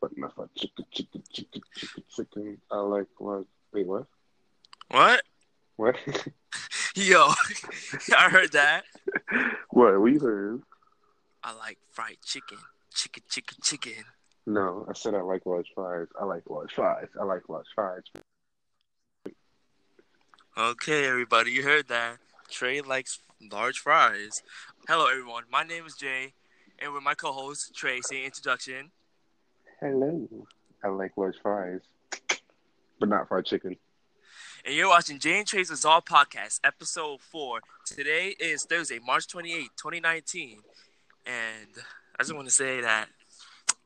But if I chicken, chicken, chicken, chicken, chicken, I like what? Wait, what? What? What? Yo, I heard that. what? We heard? I like fried chicken. Chicken, chicken, chicken. No, I said I like large fries. I like large fries. I like large fries. Okay, everybody, you heard that. Trey likes large fries. Hello, everyone. My name is Jay, and with my co-host Trey, say introduction. Hello. I like large fries, but not fried chicken. And you're watching Jay and Trey's Bizarre Podcast, Episode Four. Today is Thursday, March 28, 2019, and I just want to say that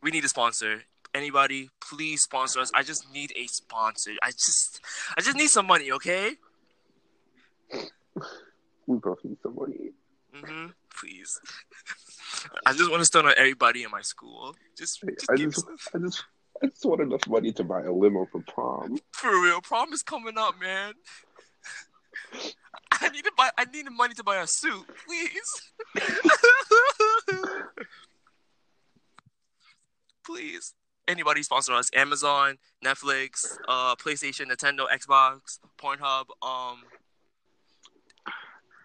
we need a sponsor. Anybody, please sponsor us. I just need a sponsor. I just, I just need some money. Okay. We both need some money. Mm-hmm. Please. I just want to stun on everybody in my school. Just, just I give just, some- I just, I just want enough money to buy a limo for prom. for real. Prom is coming up, man. I need to buy. I need the money to buy a suit, please. please. Anybody sponsor us? Amazon, Netflix, uh, PlayStation, Nintendo, Xbox, Pornhub. Um, I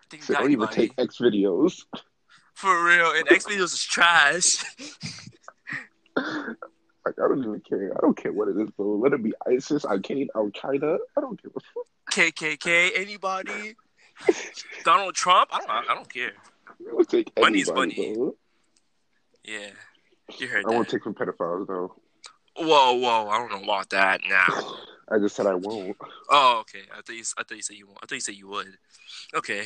think we So got don't even anybody. take X videos. For real, and X videos is trash. Like I don't even care. I don't care what it is though. Let it be ISIS, Al Qaeda, Al Qaeda. I don't give a fuck. KKK, anybody? Donald Trump? I don't. I don't care. I will take Money's anybody, money. though. Yeah, you heard I that. won't take from pedophiles though. Whoa, whoa! I don't know about that now. I just said I won't. Oh, okay. I thought you. I thought you said you. won't. I thought you said you would. Okay.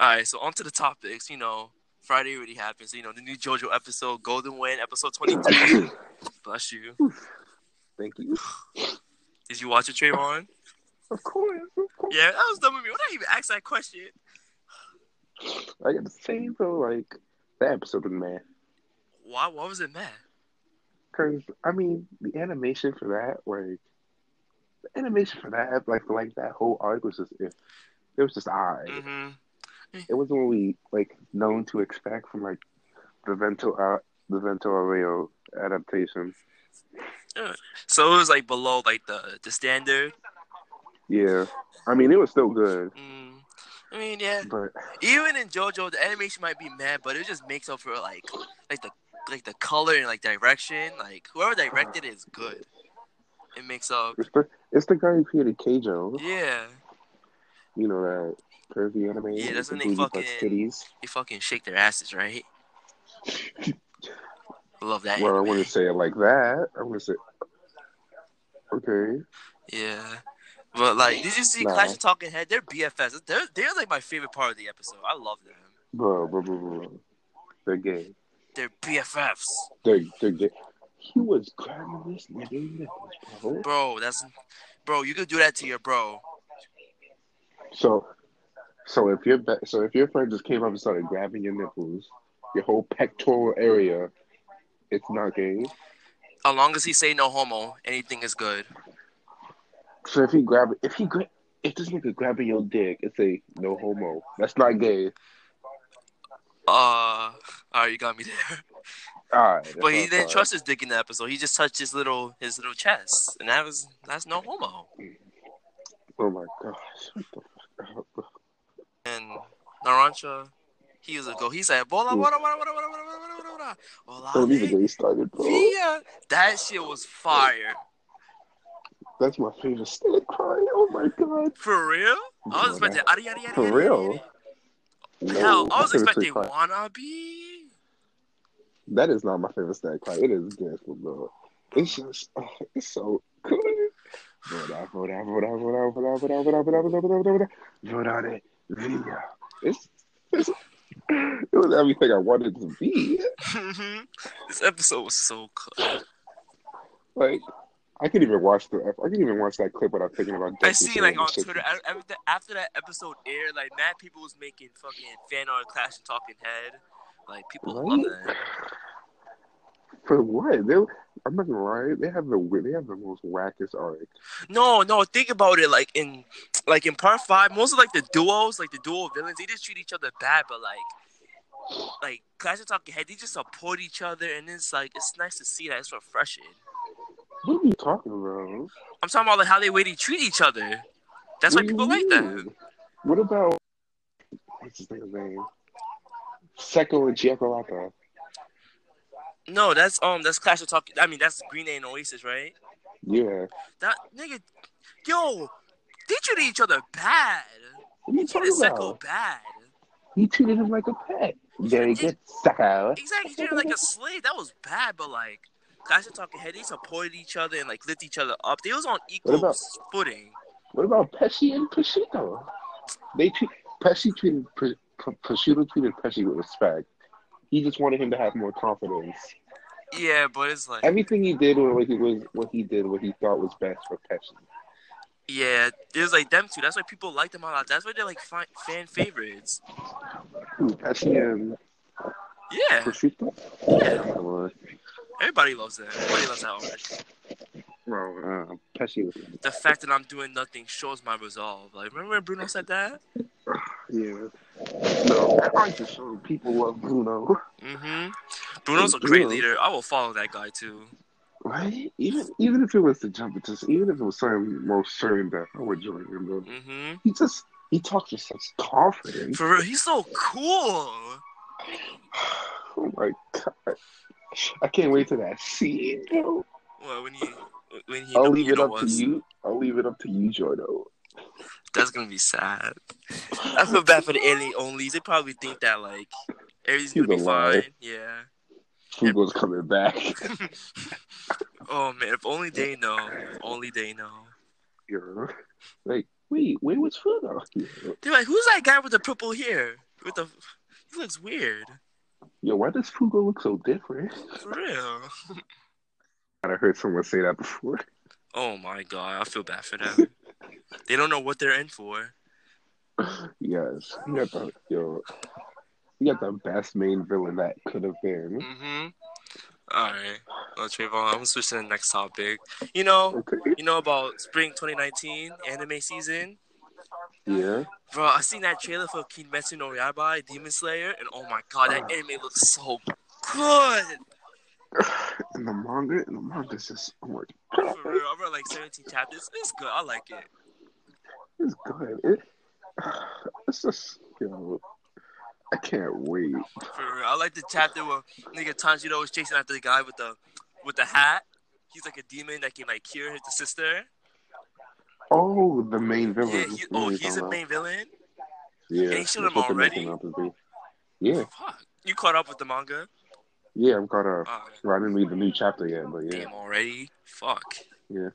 All right. So on to the topics. You know, Friday already happened. So you know, the new JoJo episode, Golden Wind, episode twenty-two. Thank Bless you. you. Did you watch it, Trayvon? Of course, of course. Yeah, that was dumb of me. Why did I even ask that question? I got the same though. Like that episode of Man. Why? Why was it mad? Because I mean, the animation for that, like the animation for that, like for, like that whole arc was just it, it was just I. Mm-hmm. It wasn't what we like known to expect from like the Vento uh, the Vento Arreo adaptation. So it was like below like the the standard. Yeah, I mean, it was still good, Mm. I mean, yeah. but Even in JoJo, the animation might be mad, but it just makes up for like like the like the color and like direction. Like whoever directed it is good. It makes up. it's the it's the guy who created Keijo. Yeah, You know that curvy anime. Yeah, that's when with booty they plus fucking- titties. they fucking shake their asses, right? Love that. Well, I anime. wouldn't say it like that. I wouldn't say. Okay. Yeah, but like, did you see Nah. Clash of Talking Head? They're BFFs. They're they're like my favorite part of the episode. I love them. Bro, bro, bro, bro. They're gay. They're BFFs, They're, they're gay. He was grabbing this nigga in the nipples, bro. bro. That's bro. You could do that to your bro. So, so if your be- so if your friend just came up and started grabbing your nipples, your whole pectoral area, it's not gay. As long as he say no homo, anything is good. So if he grab if he gra- if this nigga grabbing your dick, it's a no homo. That's not gay. Uh, all right, you got me there. All right. But he didn't trust his dick in the episode. He just touched his little his little chest, and that was that's no homo. Oh my gosh. What the fuck? And Narancha, he was a go. He said, "Bola, bola, bola, bola, bola, bola, bola, bola, bola, bola, Don't even bola, get me started, bro. Via." That shit was fire. That's my favorite snake cry. Oh my god. For real? I was expecting yada, yada, yada, For yada, real? yada. No, Hell, I was my favorite expecting snake cry- wannabe. That is not my favorite snake cry. It is gospel, bro. It's just, oh, it's so good. Vote out, vote out, vote out, vote out, vote out, vote out, vote out, vote out, vote out, vote out, vote out, vote out it. Via. It's, it's, it was everything I wanted to be. this episode was so good. Like, I could even watch the, I could even watch that clip without thinking about. I Deku see, saying like on shit. Twitter, a- after- after that episode aired, like mad people was making fucking fan art, Clash and Talking Head. Like people love Right? that. For what? They, I'm not gonna lie. They have the, they have the most wackest art. No, no, think about it. Like in, like in part five, most of like the duos, like the duo villains, they just treat each other bad. But like like Clash of Talking Head, they just support each other, and it's like it's nice to see that. It's refreshing. What are you talking about? I'm talking about like how they way they treat each other. That's why What do people you like them. mean? What about what's his nigga's name? Seco and Giacolata. No, that's um, that's Clash of Talking. I mean, that's Green Day and Oasis, right? Yeah. That nigga, yo, they treated each other bad. What are you Treated talking Seko about? bad. He treated him like a pet. Very good, Seco. Exactly, treated like a slave. That was bad, but like Clash of Talking Head, they supported each other and like lifted each other up. They was on equal about- footing. What about Pesci and Prosciutto? They treat Pesci treated Pr- Pr- Prosciutto treated Pesci with respect. He just wanted him to have more confidence. Yeah, but it's like Everything he did was what he was what he did what he thought was best for Pesci. yeah, it was like them two. That's why people like them a lot. That's why they're like fi- fan favorites. Who, Hmm, Pesci and Yeah, Prosciutto? yeah, Come on. everybody loves them. Everybody loves that orange. Bro, uh, Pesci was The fact that I'm doing nothing shows my resolve. Like remember when Bruno said that? Yeah. No, I like to show people love Bruno. Mm-hmm. Bruno's a great Bruno. leader. I will follow that guy too. Right? Even even if it was to jump into even if it was something more certain that I would join him though. Mm-hmm. He just he talks with such confidence. For real, he's so cool. Oh my god. I can't wait to that scene, bro. Well, when he when he I'll Oh, leave you it know up to us, you. I'll leave it up to you, Jordo. that's gonna be sad. I feel bad for the alien onlys. They probably think that like everything's He's gonna be alive. fine. Yeah. Fugo's coming back. Oh man, if only they know. If only they know. You know? like, wait, where was Fugo? They're like, who's that guy with the purple hair? With the he looks weird. Yo, why does Fugo look so different? For real. I heard someone say that before. Oh my god, I feel bad for them. they don't know what they're in for. Yes, he got the yo, he got the best main villain that could have been. Mm-hmm. Alright. Well Trayvon, I'm gonna switch to the next topic. You know, Okay. you know about spring twenty nineteen anime season? Yeah. Bro, I seen that trailer for Kimetsu no Yaiba, Demon Slayer, and oh my god, that anime looks so good. And the manga, and the manga's just oh my god, For real, I read like 17 chapters. It's good. I like it. it's good. It, it's just yo, I can't wait. For real, I like the chapter where nigga Tanjiro is chasing after the guy with the with the hat. He's like a demon that can like cure his sister. Oh, the main villain. Yeah, he, This oh, movie's he's a coming out. main villain. Yeah, they showed that's him what they're already? making out to be. Yeah, Fuck, you caught up with the manga? yeah, I'm caught up. Oh, Well, I didn't read the new chapter yet, but yeah, damn already. Fuck. Yeah.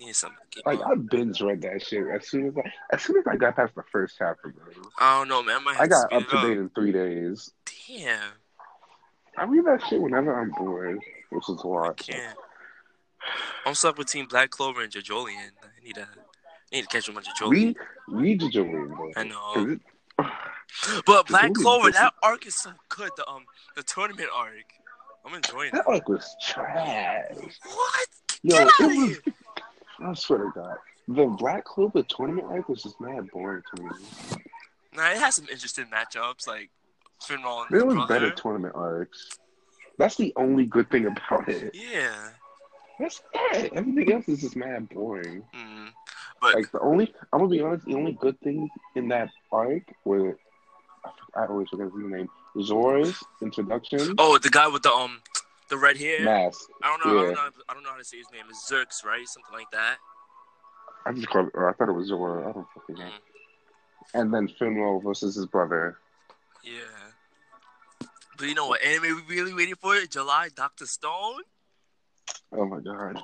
Need some. like I binge read that shit as soon as I, as soon as I got past the first chapter, bro. I don't know, man. I might have I got to up speed to date it up. in three days. Damn, I read that shit whenever I'm bored, which is a I lot. can't. I'm stuck between Black Clover and Jajolian. I need to, I need to catch up on Jajolian. Read, read the Julian, bro. I know. 'Cause it- But Black movie Clover, was- that arc is so good. The um, the tournament arc. I'm enjoying it. That arc was trash. What? Yo, Get it out of here! was. I swear to God, the Black Clover tournament arc was just mad boring to me. Nah, it has some interesting matchups, like Finral and his There was brother. better tournament arcs. That's the only good thing about it. yeah. That's it. Everything else is just mad boring. Mm. But Like the only, I'm gonna be honest, the only good thing in that arc were, I always forget the name, Zora's introduction, oh, the guy with the um, the red hair. mask. I don't know. I yeah. don't know. I don't know how to say his name. It's Zerx, right? Something like that. I just called. Or I thought it was Zora. I don't fucking know. Mm. And then Finwell versus his brother. Yeah. But you know what anime we really waiting for? July, Doctor Stone. Oh my god.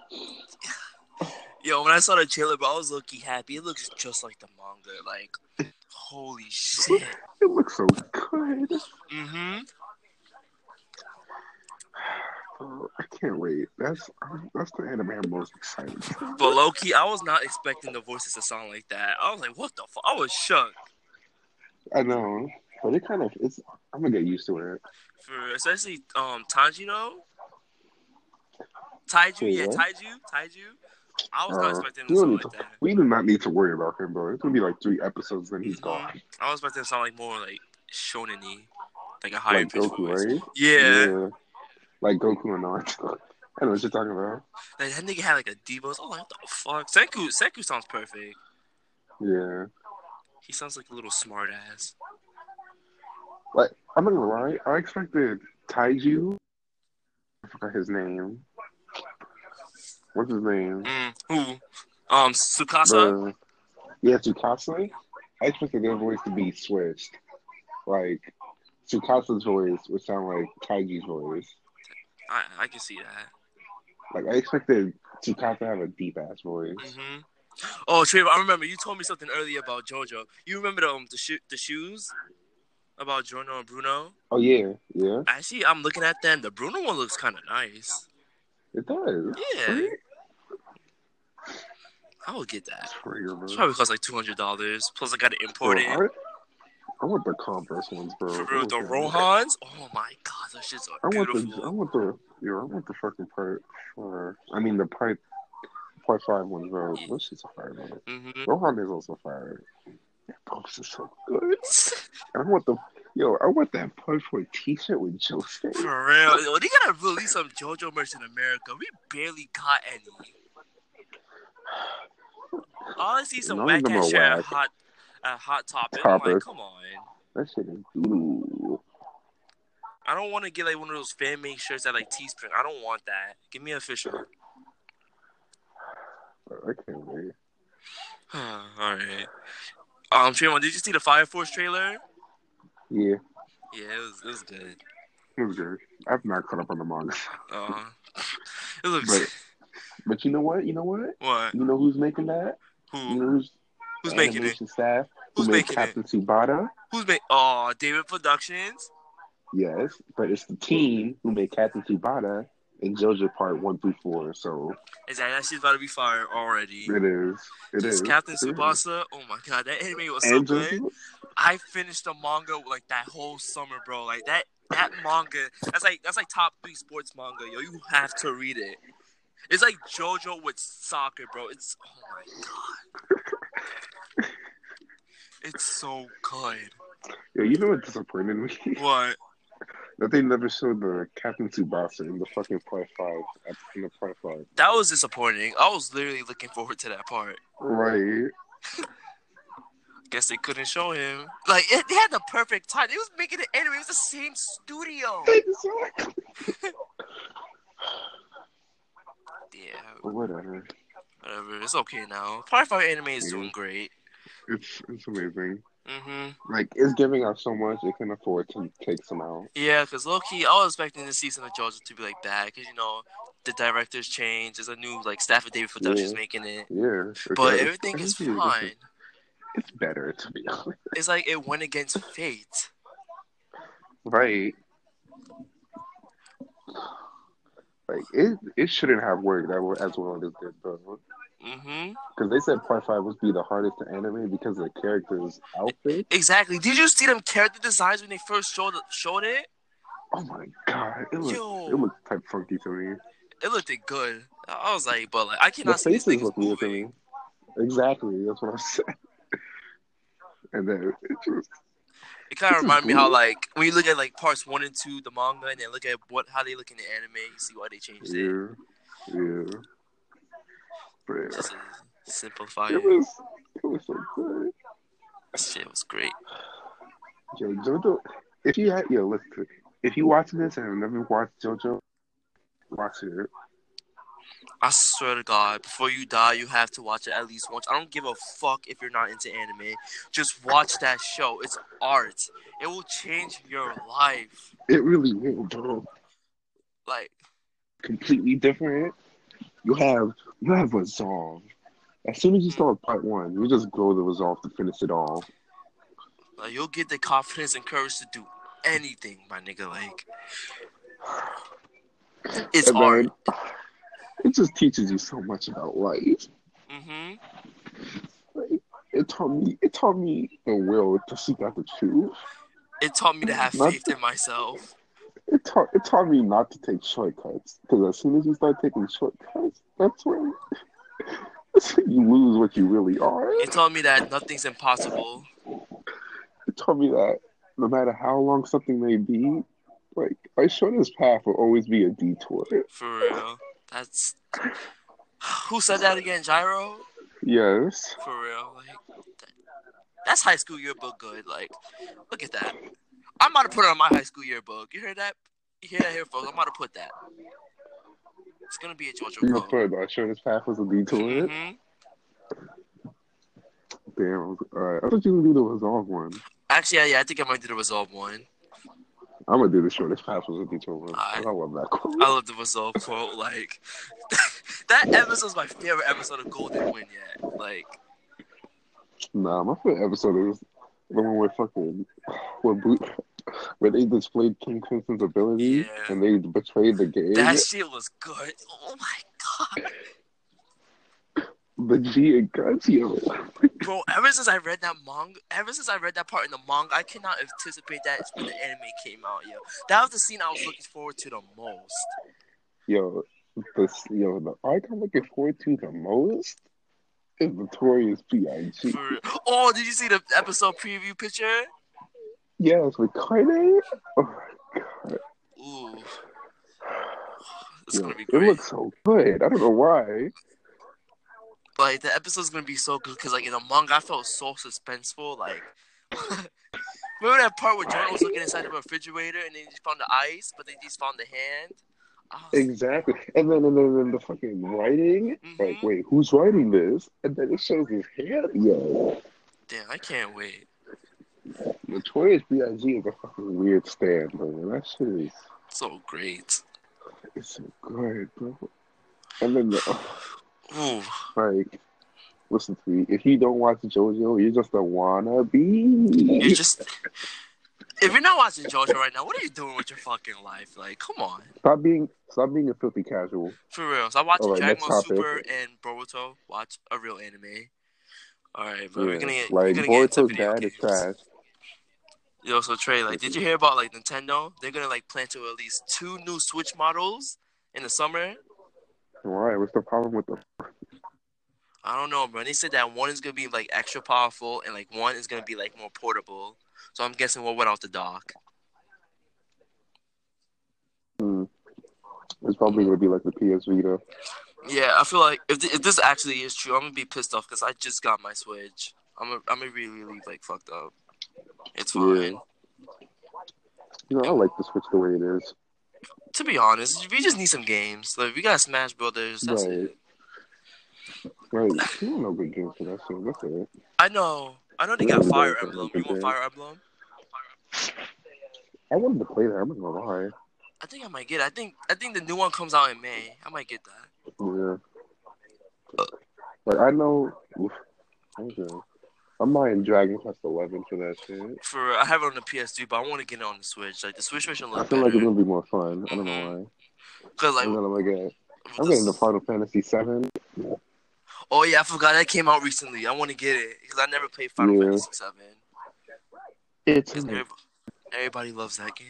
Yo, when I saw the trailer, bro, I was low-key happy. It looks just like the manga. Like, holy shit. It looks so good. Mm-hmm. Oh, I can't wait. That's um, that's the anime I'm most excited. for. But low-key, I was not expecting the voices to sound like that. I was like, what the fuck? I was shook. I know, but it kind of it's. I'm gonna get used to it. For especially um Tanjiro. Taiju, yeah, Yeah. Taiju, Taiju. I was not Uh, expecting we them to don't sound need like to- that. We do not need to worry about him, bro. It's gonna be like three episodes, then he's Mhm. gone. I was expecting them to sound like more like shonen-y. like a higher like pitch Goku, voice. right? Yeah. Like Goku and Naruto. I know what you're talking about. Like that nigga had like a D voice. Oh, like what the fuck? Senku Senku sounds perfect. Yeah. He sounds like a little smart ass. I'm not gonna lie. I expected Taiju. I forgot his name. What's his name? Mm, who? Um Tsukasa? The, yeah, Tsukasa. I expected their voice to be switched. Like Tsukasa's voice would sound like Taiju's voice. I, I can see that. Like I expected Tsukasa to have a deep ass voice. hmm Oh Trevor, I remember you told me something earlier about JoJo. You remember the um, the, sho- the shoes about Jono and Bruno? Oh yeah, yeah. Actually, I'm looking at them. The Bruno one looks kind of nice. It does. Yeah, I will get that. Trigger, bro. It probably costs like two hundred dollars. Plus, I got to import Bro, it. I, I want the Converse ones, bro. For I real, want the them. Rohans. Oh my god, those shits I are want the I beautiful. want the yeah, I want the fucking part for I mean the part part five ones, bro. This shit's fire, bro. hmm Rohan is also fire. That post is so good. Mm-hmm. I want the yo, I want that part for a t shirt with Joseph. For real, Yo, they gotta release some JoJo merch in America. We barely got any. All I see is some None of whack them ass are shit at whack. hot, at hot topic. I'm like, Topic. come on. That shit is doo. I don't want to get like one of those fan made shirts that like Teespring. I don't want that. Give me official. I can't wait. All right. Um, Trayvon, did you see the Fire Force trailer? Yeah, Yeah, it was, it was good. it was good. I've not caught up on the manga. Uh, it looks But but you know what? You know what? what? You know who's making that? You Who? know who's Who's the making it? animation staff? Who's who made making it? Captain Tsubata? Who's making? Oh, David Productions. Yes, but it's the team who made Captain Tsubata and JoJo Part One through Four. So Is that that shit's about to be fired already? it is. It is Just Captain It is. Tsubasa. Oh my god, that anime was so And good. JoJo? I finished the manga like that whole summer, bro. Like that that manga. That's like that's like top three sports manga, yo. You have to read it. It's like JoJo with soccer, bro. It's oh my god. It's so good. Yo, you know what disappointed me? What? that they never showed the Captain Tsubasa in the fucking Part Five. At the end of Part Five, That was disappointing. I was literally looking forward to that part. right? Guess they couldn't show him. Like it, they had the perfect time. They was making the anime. It was the same studio. Exactly. Yeah, But Whatever. whatever. It's okay now. Part Five anime is doing great. It's it's amazing. hmm Like it's giving us so much. It can afford to take some out. Yeah, because low key, I was expecting the season of JoJo to be like bad, because you know the directors changed. There's a new like staff at David Productions Yeah. making it, Yeah. it's- but it's- everything is everything fine. It's better to be honest. It's like it went against fate. Right. Like it, it shouldn't have worked that well, as well as it did though, hmm because they said part five would be the hardest to animate because of the characters' outfit. Exactly. Did you see them character designs when they first showed showed it? Oh my god, it looked Yo. it looked type funky to me. It looked good. I I was like, but like I The cannot see these faces things look weird to moving. me. Exactly, that's what I'm saying. And then it just It kind This is of reminded me how weird. like when you look at like parts one and two, the manga, and then look at what how they look in the anime, you see why they changed it. yeah, yeah. But It's Just a simplified. it was it was so good. Shit was great. Yo, JoJo, if you had, yo, listen, if you watching this and have never watched JoJo, watch it. I swear to God, before you die, you have to watch it at least once. I don't give a fuck if you're not into anime. Just watch that show. It's art. It will change your life. It really will, bro. Like, Completely different. You have you have resolve. As soon as you start with part one, you just grow the resolve to finish it all. like, you'll get the confidence and courage to do anything, my nigga. Like, it's And art. then, it just teaches you so much about life. Mm-hmm. Like, it taught me it taught me the will to seek out the truth. It taught me to have Not- faith in myself. It taught it taught me not to take shortcuts. Because as soon as you start taking shortcuts, that's when that's when you lose what you really are. It taught me that nothing's impossible. It taught me that no matter how long something may be, like our shortest path will always be a detour. For real. That's who said that again, Gyro? Yes. For real. Like that- that's high school yearbook good. Like, look at that. I'm about to put it on my high school yearbook. You hear that? You hear that here, folks? I'm about to put that. It's gonna be a Georgia You know, quote. for our shortest path was a detour. Mhm. Damn. I was- All right. I thought you were gonna do the resolve one. Actually, yeah, yeah, I think I might do the resolve one. I'm gonna do the shortest path was a detour one. All right. I love that quote. I love the resolve quote. Like that episode's my favorite episode of Golden Win yet. Like, Nah, my favorite episode is the one where fucking where, Boot, where they displayed King Crimson's ability Yeah. and they betrayed the game. that shit was good. Oh my god. The G and Guts, yo. Bro, ever since I read that manga, ever since I read that part in the manga, I cannot anticipate that when the anime came out, yo. That was the scene I was looking forward to the most. Yo, this yo the arc I'm looking forward to the most is Notorious P.I.G. For- oh, did you see the episode preview picture? Yes, with Kanye. Oh, Ooh. It's yo, gonna be it great. looks so good. I don't know why. like the episode's gonna be so good because like in the manga I felt so suspenseful. Like remember that part where Jordan was looking inside the refrigerator and then he found the ice, but then he just found the hand. Ah, I was- Exactly. And then and then, and then the fucking writing. Like, Mhm. wait, who's writing this? And then it shows his hand. Yo. Damn, I can't wait. Notorious B.I.G. is a fucking weird stand, man. That shit is So great. it's so good, bro. And then, the, Ooh. like, listen to me. If you don't watch JoJo, you're just a wannabe. You just if you're not watching JoJo right now, what are you doing with your fucking life? Like, come on, Stop being, stop being a filthy casual. for real. So I'm watching Alright, Dragon next Ball topic. Super and Boruto. Watch a real anime. All right, but we're Yeah. gonna get like, we're gonna get into Boruto's video dad is games. trash. Yo, so Trey, like, did you hear about like Nintendo? They're gonna like plan to release two new Switch models in the summer. Why? What's the problem with the? I don't know, bro. They said that one is gonna be like extra powerful and like one is gonna be like more portable. So I'm guessing what went off the dock. Hmm. It's probably gonna be like the PS Vita. Yeah, I feel like if, th- if this actually is true, I'm gonna be pissed off because I just got my Switch. I'm gonna, I'm gonna really really like fucked up. It's fine. Yeah. You know, I like the Switch the way it is. To be honest, we just need some games. Like we got Smash Brothers. That's Right. it. Right? You don't know good games for that shit. That's it. I know. I know they got Fire Emblem. You want Fire Emblem? I wanted to play that. I'm not gonna lie. I think I might get. It. I think I think the new one comes out in May. I might get that. Yeah. Like I know. Oof, okay. I'm not in Dragon Quest Eleven for that shit. For real, I have it on the PS3, but I want to get it on the Switch. Like the Switch version I looks feel like it's better. gonna be more fun. I don't know Cause why. like, And then I'm like, eh, with I'm the- getting the Final Fantasy Seven. oh yeah, I forgot that came out recently. I want to get it because I never played Final Yeah. Fantasy Seven. It's Because everybody, loves that game.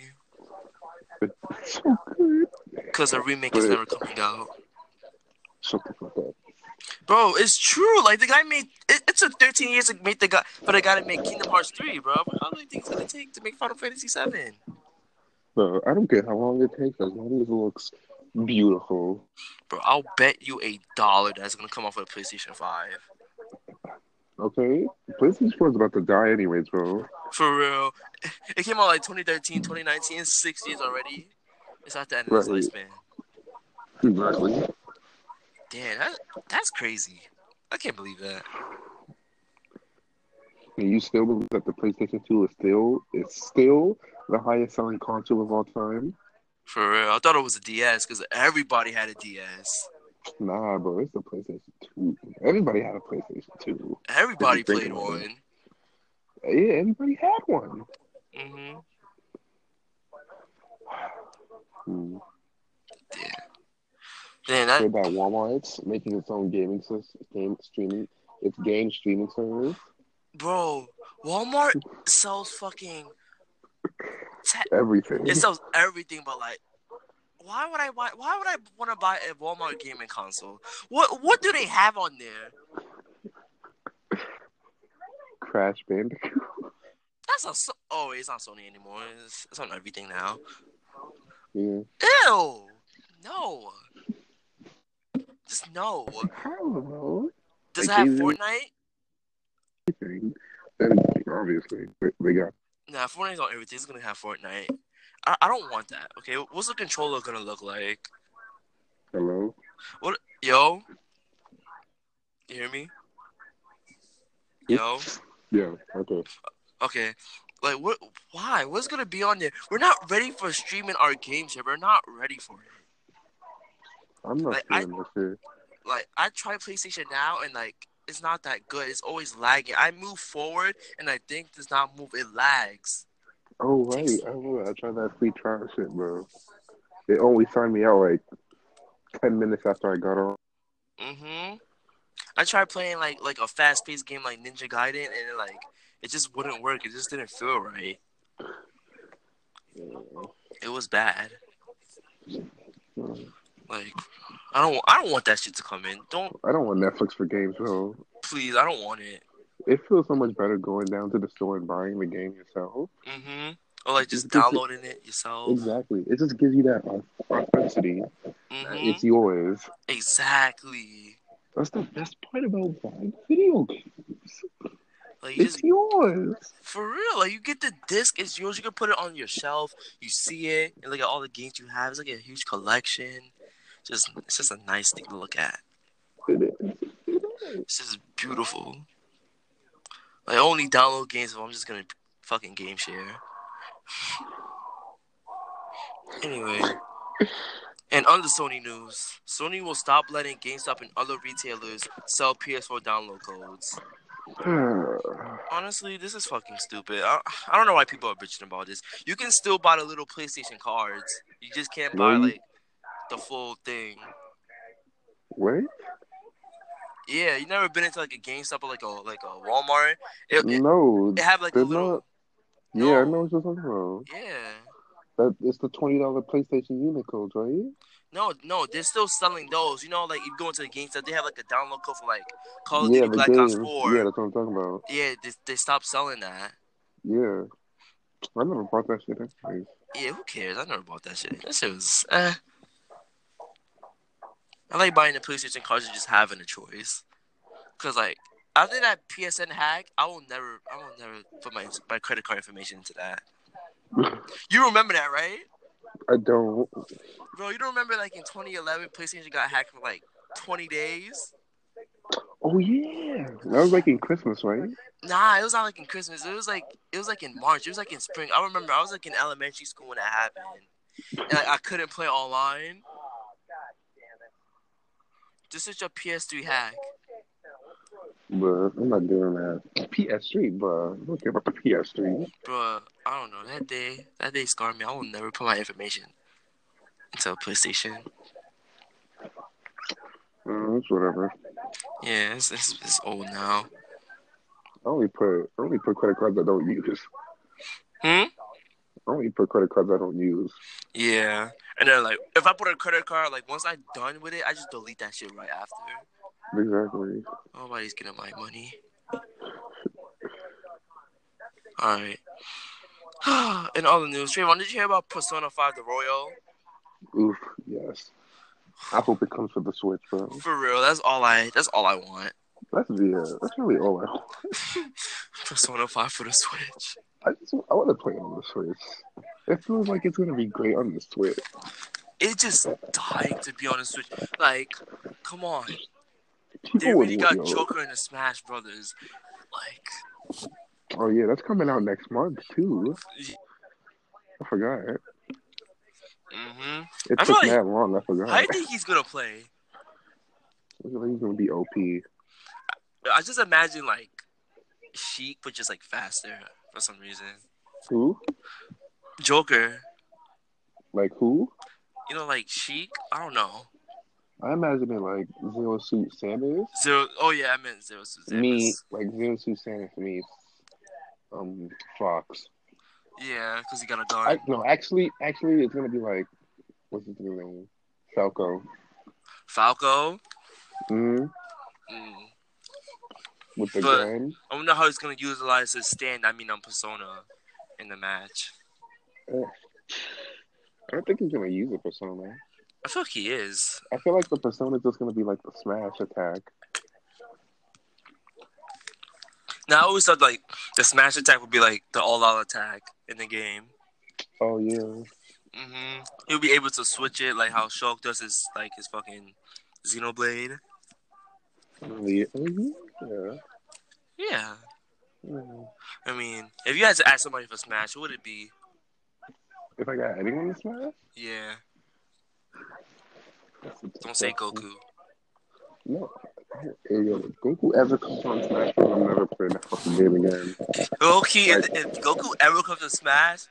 so good. Because a remake is But- never coming out. Shut the fuck up. Bro, it's true. Like the guy made it, it took 13 years to make the guy, but I got to make Kingdom Hearts 3, bro. How long do you think it's gonna take to make Final Fantasy 7? No, I don't care how long it takes. As long as it looks beautiful. Bro, I'll bet you a dollar that's gonna come out for the PlayStation 5. Okay, PlayStation 4 is about to die anyways, bro. For real. It came out like 2013, 2019, it's six years already. It's not the end of its Right. lifespan. Exactly. Damn, that, that's crazy. I can't believe that. And you still believe that the PlayStation 2 is still is still the highest selling console of all time? For real. I thought it was a DS because everybody had a DS. Nah, bro, it's the PlayStation 2. Everybody had a PlayStation 2. Everybody Didn't played think about it. one. Yeah, everybody had one. hmm Hmm. Damn, Heard that, about Walmart's making its own gaming sys- game streaming, its game streaming service. bro, Walmart sells fucking. Te- Everything. it sells everything, but like, why would I buy? Why would I want to buy a Walmart gaming console? What What do they have on there? Crash Bandicoot. That's a. So- oh, it's not Sony anymore. It's, it's on everything now. Yeah. Ew. No. Just no. I don't know. Does it Like, have is it- Fortnite? Anything. Anything, obviously. But they got Nah, Fortnite's on everything. It's gonna have Fortnite. I, I don't want that. Okay, what's the controller gonna look like? hello. Yo. You hear me? Yo. Yeah. Okay. Okay. Like what why? What's gonna be on there? We're not ready for streaming our games here. We're not ready for it. I'm not Like, I- feeling this shit. Like I try PlayStation now and like it's not that good. It's always lagging. I move forward and I think does not move, it lags. Oh right, I will. I tried that free trial shit, bro. It only signed me out like ten minutes after I got on. Mm-hmm. I tried playing like like a fast paced game like Ninja Gaiden and it, like it just wouldn't work. It just didn't feel right. It was bad. Like I don't I don't want that shit to come in. Don't I don't want Netflix for games, bro. please, I don't want it. It feels so much better going down to the store and buying the game yourself. Mm-hmm. Or like just It's just- downloading it yourself. Exactly. It just gives you that au- authenticity. that hmm It's yours. Exactly. That's the best part about buying video games. Like you It's just yours. for real. Like you get the disc, it's yours. You can put it on your shelf. You see it and look at all the games you have. It's like a huge collection. Just it's just a nice thing to look at. It is. It is. It's just beautiful. I only download games if I'm just gonna fucking game share. anyway. And under Sony news, Sony will stop letting GameStop and other retailers sell PS4 download codes. Honestly, this is fucking stupid. I, I don't know why people are bitching about this. You can still buy the little PlayStation cards. You just can't buy Really? like the full thing. Wait, Yeah, you never been into like a GameStop or like a like a Walmart. It, it, no. it have like Mm, a They're little not. no. Yeah, I know what you're talking about. yeah. That it's the twenty dollar PlayStation unit codes, right? No, no, they're still selling those. You know, like you go into the GameStop, they have like a download code for like Call of yeah, Duty the Oh, Black game. Ops Four. Yeah, Yeah, that's what I'm talking about. they they stopped selling that. Yeah, I never bought that shit. anyways. Yeah, who cares? I never bought that shit. That shit was. Eh. I like buying the PlayStation cards and just having a choice. Cause like after that PSN hack, I will never, I will never put my my credit card information into that. you remember that, right, I don't. bro? You don't remember like in 2011, PlayStation got hacked for like 20 days. Oh yeah, that was like in Christmas, right? Nah, it was not like in Christmas. It was like it was like in March. It was like in spring. I remember I was like in elementary school when that happened, and like, I couldn't play online. This is your PS3 hack. But I'm not doing that. PS3, bro. I don't care about the PS3. Bruh, I don't know. That day, that day scarred me. I will never put my information into a PlayStation. Uh, it's whatever. Yeah, it's, it's, it's old now. I only put I only put credit cards I don't use. Hmm? I only put credit cards I don't use. Yeah. And then, like, if I put a credit card, like, once I'm done with it, I just delete that shit right after. Exactly. Nobody's getting my money. Alright. In all the news, Trayvon, did you hear about Persona 5 The Royal? Oof. Yes. I hope it comes for the Switch, bro. For real, that's all I, that's all I want. That's yeah. That's really all I. want. Persona 5 for the Switch. I just I want to play on the Switch. It feels like it's gonna be great on the Switch. It's just dying to be on the Switch. Like, come on. People They would already got want- yo. Joker and the Smash Brothers. Like, Oh yeah, that's coming out next month too. I forgot. mm-hmm. It I took feel like- that long. I forgot. I think he's gonna play. Look like he's gonna be OP. I just imagine like Sheik, but just like faster for some reason. Who? Joker, Like who? you know, like Sheik. I don't know. I imagine it like Zero Suit Samus. Zero. Oh yeah, I meant zero. Suit Samus. Me like Zero Suit Samus meets um Fox. Yeah, because he got a gun. I, no, actually, actually, it's gonna be like what's his name? Falco. Falco. hmm Mm. Mm-hmm. with the But- gun. I wonder how he's gonna utilize his stand. I mean, on persona in the match. I don't think he's gonna use a persona. I feel like he is. I feel like the persona is just gonna be like the smash attack. Now I always thought like the smash attack would be like the all out attack in the game. Oh yeah, hmm He'll be able to switch it like how Shulk does his like his fucking Xenoblade. oh yeah, oh, yeah. Yeah. Mm. I mean, if you had to ask somebody for Smash, who would it be? If I got anyone to smash, Yeah. that's a tough Don't say question. Goku. No, Hey, yo, if Goku ever comes on Smash, Bros., I'm never playing that fucking game again. Loki, if, if Goku ever comes to Smash,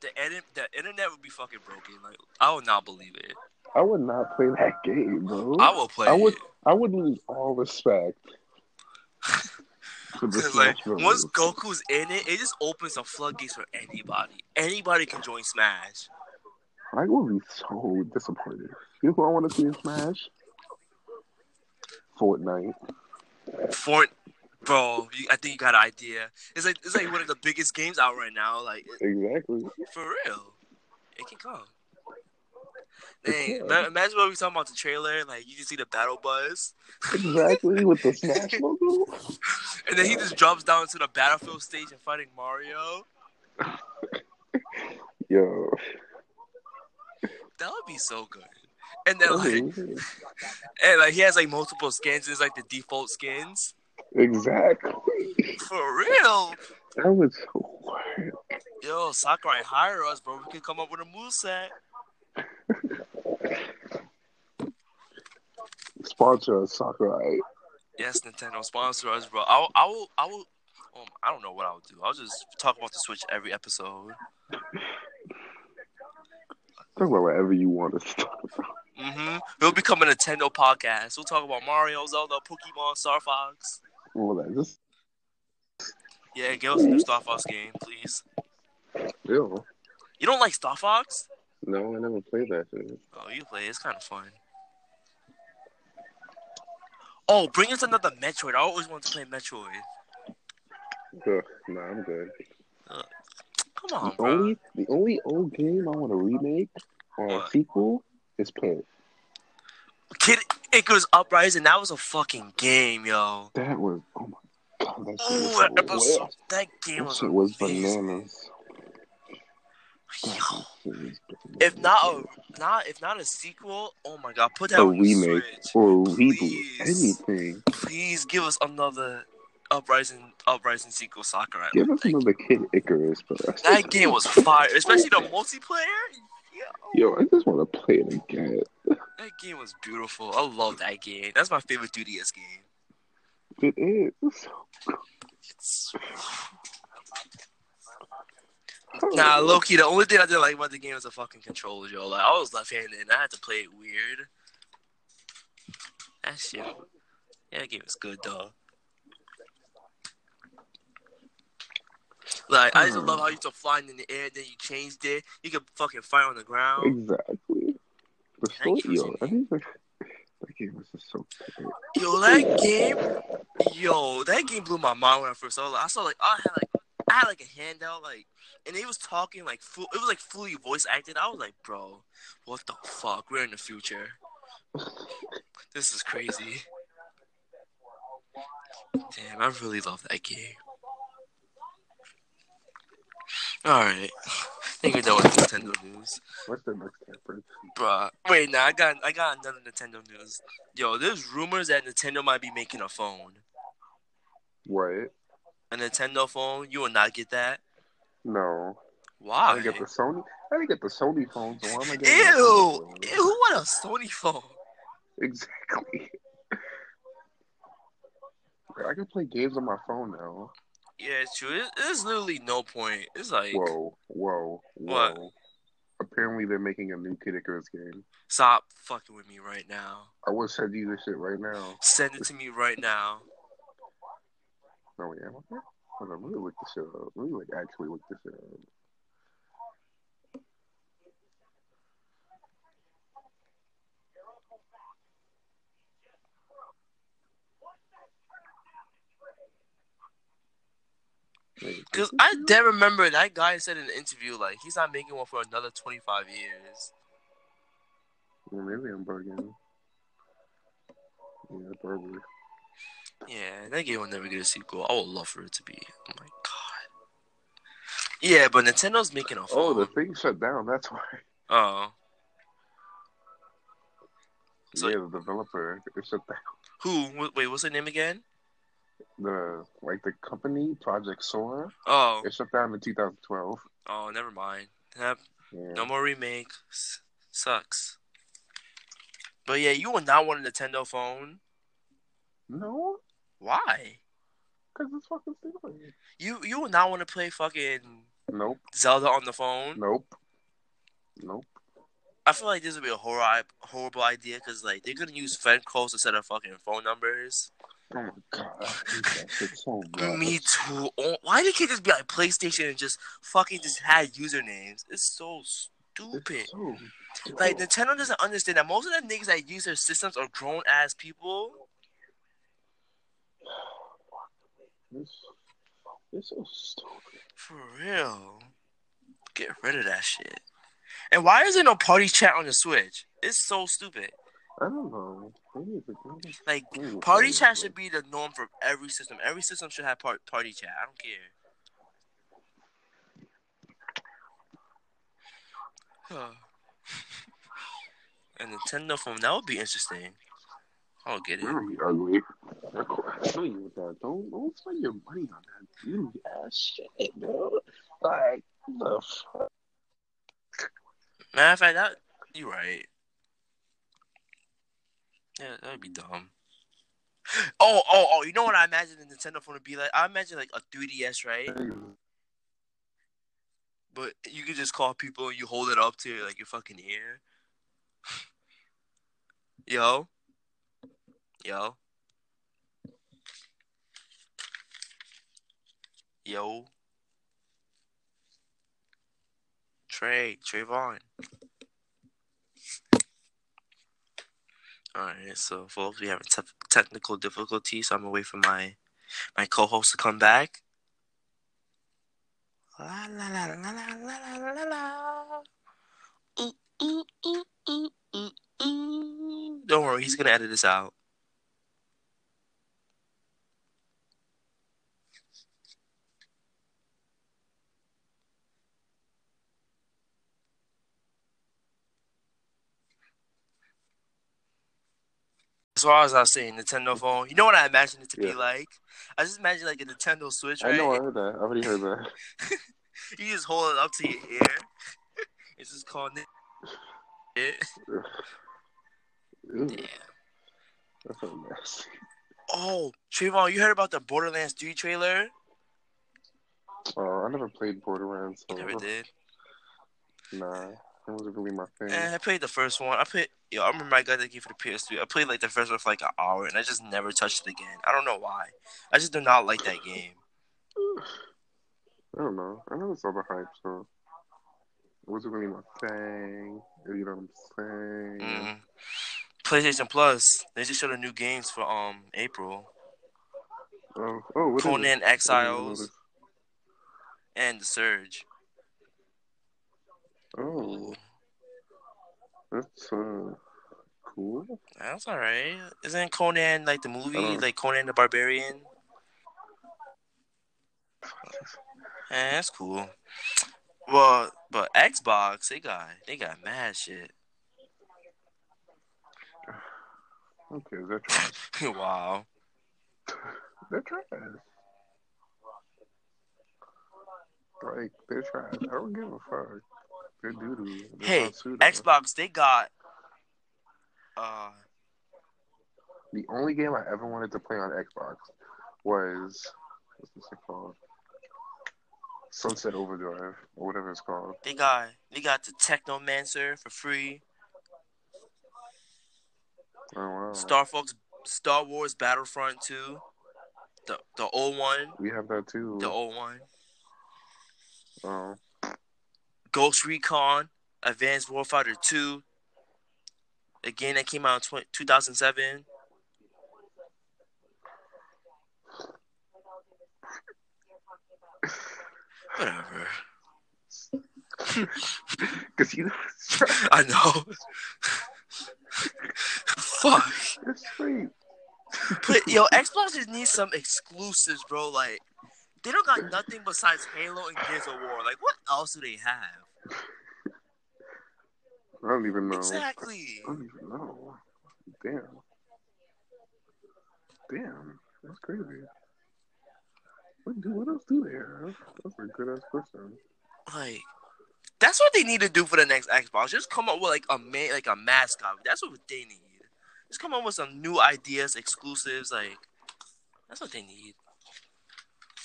the edit, the internet would be fucking broken. Like I would not believe it. I would not play that game, bro. I will play. I would. it. I would lose all respect. to the 'Cause, Smash like Bros. once Goku's in it, it just opens the floodgates for anybody. Anybody can join Smash. I would be so disappointed. You know who I want to see in Smash? Fortnite. Fort, bro, you, I think you got an idea. It's like it's like one of the biggest games out right now. Like it- Exactly. for real, it can come. It Dang, can. ma- imagine what we talking about the trailer. Like you can see the battle buzz, Exactly with the Smash logo. and then he just drops down to the battlefield stage and fighting Mario. Yo. That would be so good. And then like and like he has like multiple skins. It's like the default skins Exactly. for real. That was so weird. Yo, Sakurai, hire us, bro. We can come up with a moveset. Sponsor us, Sakurai. Yes, Nintendo sponsor us, bro. I will- I will I will. Um, I don't know what I would do. I'll just talk about the Switch every episode. Talk about whatever you want us to talk about. Mm-hmm. It'll become a Nintendo podcast. We'll talk about Mario, Zelda, Pokemon, Star Fox. All that. Just, Yeah, give us a new Star Fox game, please. yo. You don't like Star Fox? No, I never played that shit. Oh, you play. It's kind of fun. Oh, bring us another Metroid. I always wanted to play Metroid. Ugh, nah, I'm good. Come on, the bro. only the only old game I want to remake or a What? sequel is Pit. Kid Icarus Uprising. That was a fucking game, yo. That was oh my god, that shit Ooh, was, that so episode. wild. That game That was, shit was amazing. bananas. Oh, That Yo, shit was bananas. if not a not if not a sequel, oh my god, put that A on the remake Switch. or a reboot, Please. anything. Please give us another Uprising Uprising sequel, Sakurai. Give us Like, another Kid Icarus, bro. that game was fire, especially the multiplayer. Yo. Yo, I just want to play it again. That game was beautiful. I love that game. That's my favorite 3DS game. It is. It's... Nah, low key, the only thing I didn't like about the game was the fucking controls, yo. Like, I was left handed and I had to play it weird. That shit. Yeah, that game was good, though. Like, I just Hmm. love how you used to flying in the air, then you changed it. You could fucking fire on the ground. Exactly. The That game story, was yo, I think that, that game was just so good. Yo, that game, yo, that game blew my mind when I first saw it. Like, I saw like I had like I had like a handout like, and they was talking like full. It was like fully voice acted. I was like, bro, what the fuck? We're in the future. This is crazy. Damn, I really love that game. All right, I think we're done with Nintendo news. What's the next conference? Bruh. Wait, nah, I got I got another Nintendo news. Yo, there's rumors that Nintendo might be making a phone. What? A Nintendo phone, you will not get that. No. I Why? didn't get the Sony. I didn't get the Sony phone, so why am I getting a Ew! Sony Ew, phone? who want a Sony phone? Exactly. But I can play games on my phone now. Yeah, it's true. It- There's literally no point. It's like, Whoa, whoa, whoa! What? Apparently, they're making a new Kid Icarus game. stop fucking with me right now. I will send you this shit right now. Send it to me right now. No, wait, am I? Hold on, let me look this shit up. Let me like actually look this shit up. Cause I did remember that guy said in an interview like he's not making one for another twenty five years. Well, maybe I'm bugging. Yeah, probably. Yeah, that game will never get a sequel. I would love for it to be. Oh my god. Yeah, but Nintendo's making a Oh, phone. the thing shut down. That's why. Oh. So- yeah, the developer it shut down. Who? Wh- Wait, what's her name again? The like the company Project Sora. Oh, It shut down in 2012. oh, never mind. Yep, Yeah. No more remake. S- sucks. But yeah, you would not want a Nintendo phone. No, Why? because it's fucking stupid. You you would not want to play fucking Nope. Zelda on the phone. Nope. Nope. I feel like this would be a horrible horrible idea because like they're gonna use friend codes instead of fucking phone numbers. Oh my god. I hate that shit so much. Me too. Oh, why they can't just be like PlayStation and just fucking just had usernames? It's so stupid. It's so Like dumb. Nintendo doesn't understand that most of the niggas that use their systems are grown ass people. It's- it's so stupid. For real. Get rid of that shit. And why is there no party chat on the Switch? It's so stupid. I don't know. Maybe it's a- maybe it's- Like maybe it's party a- chat should be the norm for every system. Every system should have par- party chat. I don't care. Huh. A Nintendo phone that would be interesting. I'll get it. That'll be ugly. I qu- I tell you with that. Don't don't spend your money on that dude ass shit, bro. Like the fuck? Matter of fact, that you're right. Yeah, that would be dumb. Oh, oh, oh! You know what I imagine the Nintendo phone would be like? I imagine like a 3DS, right? But you could just call people and you hold it up to like your fucking ear. Yo, yo, yo. Trey, Trayvon. All right, so folks, we have a te- technical difficulty, so I'm gonna wait for my my co-host to come back. La la la la la la la la la. Ooh, ooh, ooh, ooh, ooh, ooh. Don't worry, he's gonna edit this out. As far as I was saying, Nintendo phone. You know what I imagine it to Yeah. be like? I just imagine like a Nintendo Switch, right? I know I heard that. I already heard that. You just hold it up to your ear. it's just called it. it. Ew, That's so nasty. Oh, Trayvon, you heard about the Borderlands 3 trailer? Oh, I never played Borderlands, so Never did. nah, it wasn't really my thing. Eh, I played the first one. I played. Yo, I remember I got the game for the PS3. I played like the first one for like an hour, and I just never touched it again. I don't know why. I just do not like that game. I don't know. I never saw the hype, so it wasn't really my thing. You know what I'm saying? Mm. PlayStation Plus. They just showed the new games for um April. Oh, oh, what is it? Conan I didn't even Exiles notice. and The Surge. Oh, that's uh, cool. That's all right. Isn't Conan like the movie, Uh-huh. like Conan the Barbarian? Eh, that's cool. Well, but Xbox, they got they got mad shit. Okay, is that trash? wow. they're trash. Like they're trash. I don't give a fuck. They're doo doo. Hey, Uh-huh. Xbox, they got uh The only game I ever wanted to play on Xbox was what's this thing called? Sunset Overdrive or whatever it's called. they got they got the Technomancer for free. Oh wow. Star Fox Star Wars Battlefront 2. The the old one. We have that too. The old one. Oh, Ghost Recon, Advanced Warfighter 2, a game that came out in tw- 2007. Whatever. Because you know it's trash. I know. Fuck. It's free. But yo, Xbox just needs some exclusives, bro. Like they don't got nothing besides Halo and Gears of War. Like what else do they have? I don't even know. Exactly. I don't even know. Damn. Damn. That's crazy. What, do, what else do they have? That's a good ass question. Like that's what they need to do for the next Xbox. Just come up with like a ma- like a mascot. That's what they need. Just come up with some new ideas, exclusives. Like that's what they need.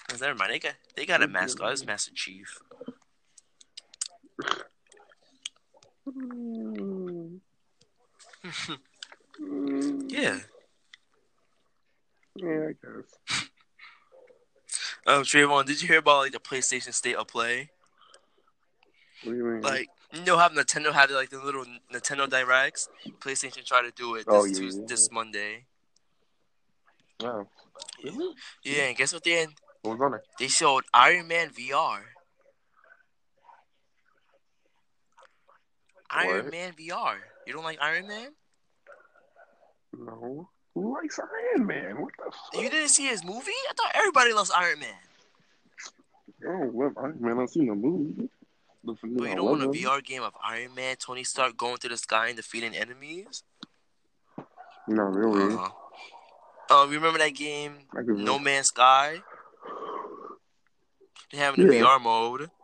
'Cause Never mind. They got they got a mascot. It's Master Chief. Mm. Mm. Yeah. Yeah, I guess. Um, Trayvon, did you hear about like the PlayStation State of Play? What do you mean? Like you know how Nintendo had like the little Nintendo Directs. PlayStation tried to do it this Oh, yeah, Tues- yeah. this Monday. wow. Really? Yeah, and guess what? Then What was on it? they showed Iron Man VR. Iron What? Man VR. You don't like Iron Man? No. Who likes Iron Man? What the fuck? You didn't see his movie? I thought everybody loves Iron Man. I don't love Iron Man. I've seen the movie. But for me, But I you don't love want a him. VR game of Iron Man, Tony Stark going through the sky and defeating enemies? No, really. Uh-huh. Uh, remember that game, I could No Man's Sky? They have it in Yeah. VR mode.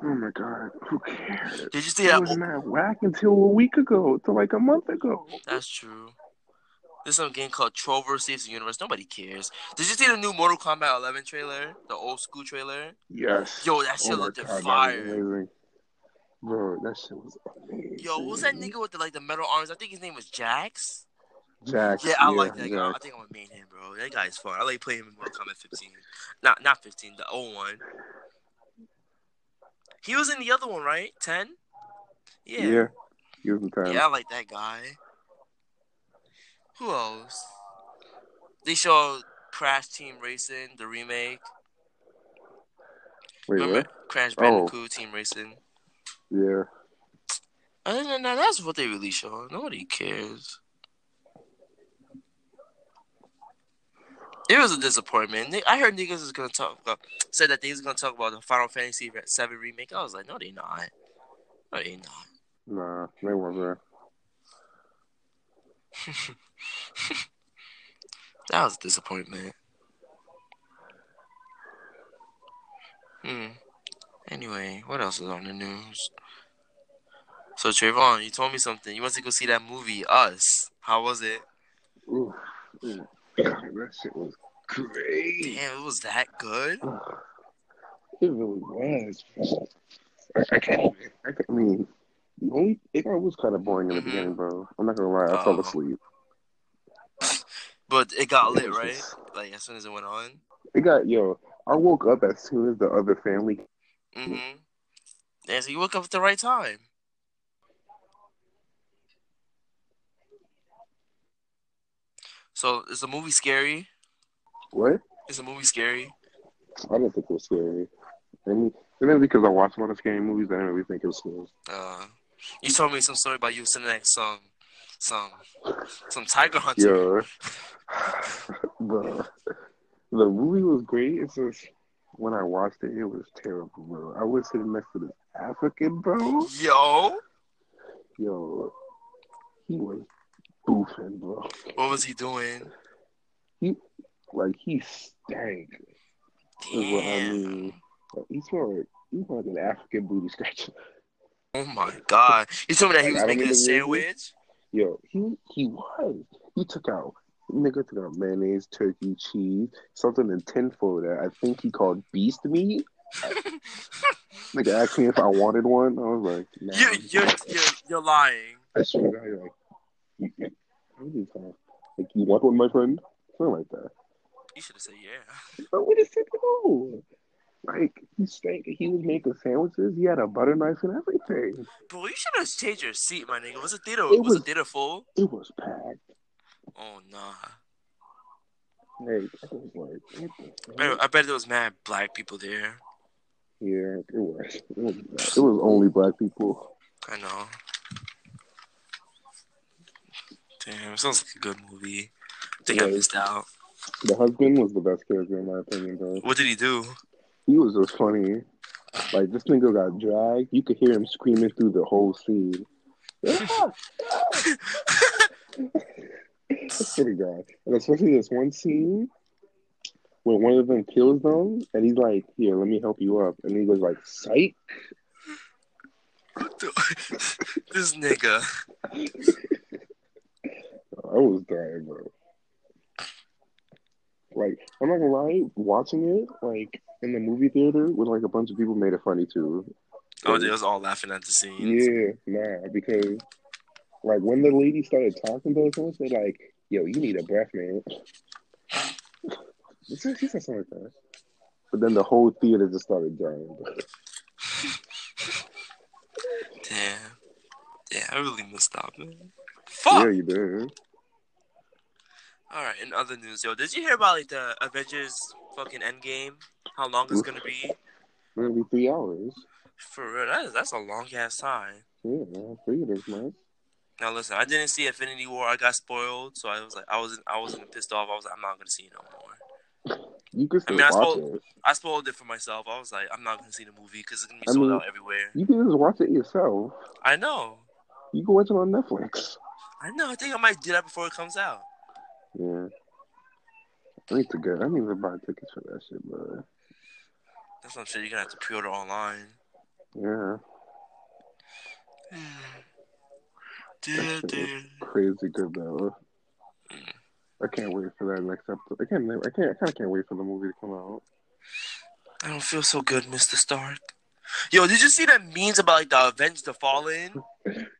Oh my god, who cares? Did you see It that? wasn't that whack until a week ago, until like a month ago. That's true. There's some game called Trover Saves the Universe. Nobody cares. Did you see the new Mortal Kombat 11 trailer? The old school trailer? Yes. Oh Yo, that shit my looked God, that was fire. amazing. Bro, that shit was amazing. Yo, what was that nigga with the like the metal arms? I think his name was Jax. Jack. Yeah, I like that guy. I Jack. think I'm gonna main him, bro. That guy is fun. I like playing him in Mortal Kombat 15. Not not 15, the old one. He was in the other one, right? 10? Yeah. Yeah. He was in time. Yeah, I like that guy. Who else? They showed Crash Team Racing, the remake. Wait, Remember what? Crash Oh. Bandicoot Team Racing? Yeah. Other than that, that's what they really show. Nobody cares. It was a disappointment. Ni- I heard niggas was gonna talk about, said that they was gonna talk about the Final Fantasy re- VII remake. I was like, no, they not. No, they not. Nah, they weren't there. That was a disappointment. Hmm. Anyway, what else is on the news? So Trayvon, you told me something. You went to go see that movie, Us. How was it? Oof. Ooh. God, that shit was great. Damn, it was that good. It really was. bro. I, I can't even. I, can't, I mean, the only, it was kind of boring in the Mhm. beginning, bro. I'm not gonna lie, I Oh. fell asleep. But it got It lit, was right? just- Like as soon as it went on. It got yo. I woke up as soon as the other family. Mm-hmm. Yeah, so you woke up at the right time. So is the movie scary? What? Is the movie scary? I didn't think it was scary. And, and then because I watched a lot of scary movies, I didn't really think it was scary. Uh, you told me some story about you sending like some, some, some tiger hunter. Yo, bro, the movie was great. It's just when I watched it, it was terrible, bro. I was sitting next to this African bro. Yo, Yo, he was boofing, bro. what was he doing? Like he stank. Is what I Damn. mean. Like, he smelled like he smelled like an African booty scratcher. Oh my god. You told me that he was I don't making even know a you. sandwich. Yo, he he was. He took out nigga took out mayonnaise, turkey, cheese, something in tinfoil that I think he called beast meat. Nigga asked me if I wanted one. I was like, nah. You, you're, you're, you're lying. I swear to God, you're like, what are you talking? Like, you want one, my friend? Something like that. You should have said yeah. But what is it no? Like he stank. He was making sandwiches. He had a butter knife and everything. Bro, you should have changed your seat, my nigga. Was the theater Oh, It was the was- theater full? It was packed. Oh nah. Like, I was like, what the I, fuck? I bet there was mad black people there. Yeah, it was. It was, black. it was only black people. I know. Damn, it sounds like a good movie. I think I Yeah. missed out. The husband was the best character in my opinion, though. What did he do? He was just funny. Like this nigga got dragged. You could hear him screaming through the whole scene. Ah! I swear to God. And especially this one scene where one of them kills them and he's like, Here, let me help you up. And he goes like, Psych? this nigga. I was dying, bro. Like, I'm not gonna lie, watching it, like in the movie theater with like a bunch of people made it funny too. Oh, they was all laughing at the scenes. Yeah, nah, because like when the lady started talking to us, I was like, "Yo, you need a breath, man." She said she said something like that, but then the whole theater just started dying. Damn. Yeah, I really missed out, man. Fuck. yeah, you did. All right. In other news, yo, did you hear about like the Avengers fucking Endgame? How long it's gonna be? It'll be three hours. For real, that is, that's a long ass time. Yeah, man, three of this man. Now listen, I didn't see Infinity War. I got spoiled, so I was like, I wasn't, I wasn't pissed off. I was like, I'm not gonna see it no more. You could I still mean, I watch suppose- it. I spoiled it for myself. I was like, I'm not gonna see the movie because it's gonna be I sold mean- out everywhere. You can just watch it yourself. I know, You can watch it on Netflix. I know. I think I might do that before it comes out. Yeah. I need to go. I need to buy tickets for that shit, bro. That's what I'm saying. You're gonna have to pre-order online. Yeah, Dude, dude. crazy good though. I can't wait for that next episode. I can't. I can't. I kind of can't wait for the movie to come out. I don't feel so good, Mr. Stark. Yo, did you see that memes about like the Avenged the Fallen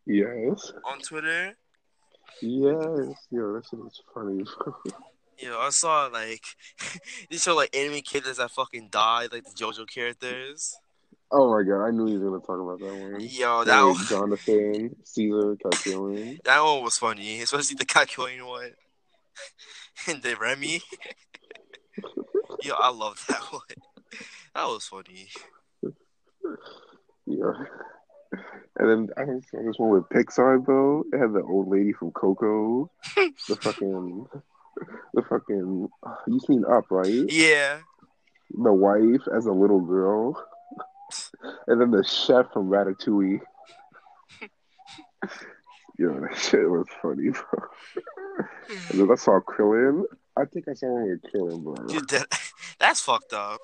Yes. on Twitter? Yes. Yo, that shit is funny. Yo, I saw like these show like anime characters that fucking died, like the JoJo characters. oh my god, I knew he was gonna talk about that one. Yo, that Like one, Jonathan, Caesar, Calcillion. that one was funny, especially the calculating one and the Remy. Yo, I love that one. That was funny. Yeah. And then I don't saw this one with Pixar though. It had the old lady from Coco. the fucking, the fucking. You seen Up, right? Yeah, the wife as a little girl, and then the chef from Ratatouille. Yo, that shit was funny, bro. And then I saw Krillin. I think I saw one with Krillin, bro. dude, that, that's fucked up.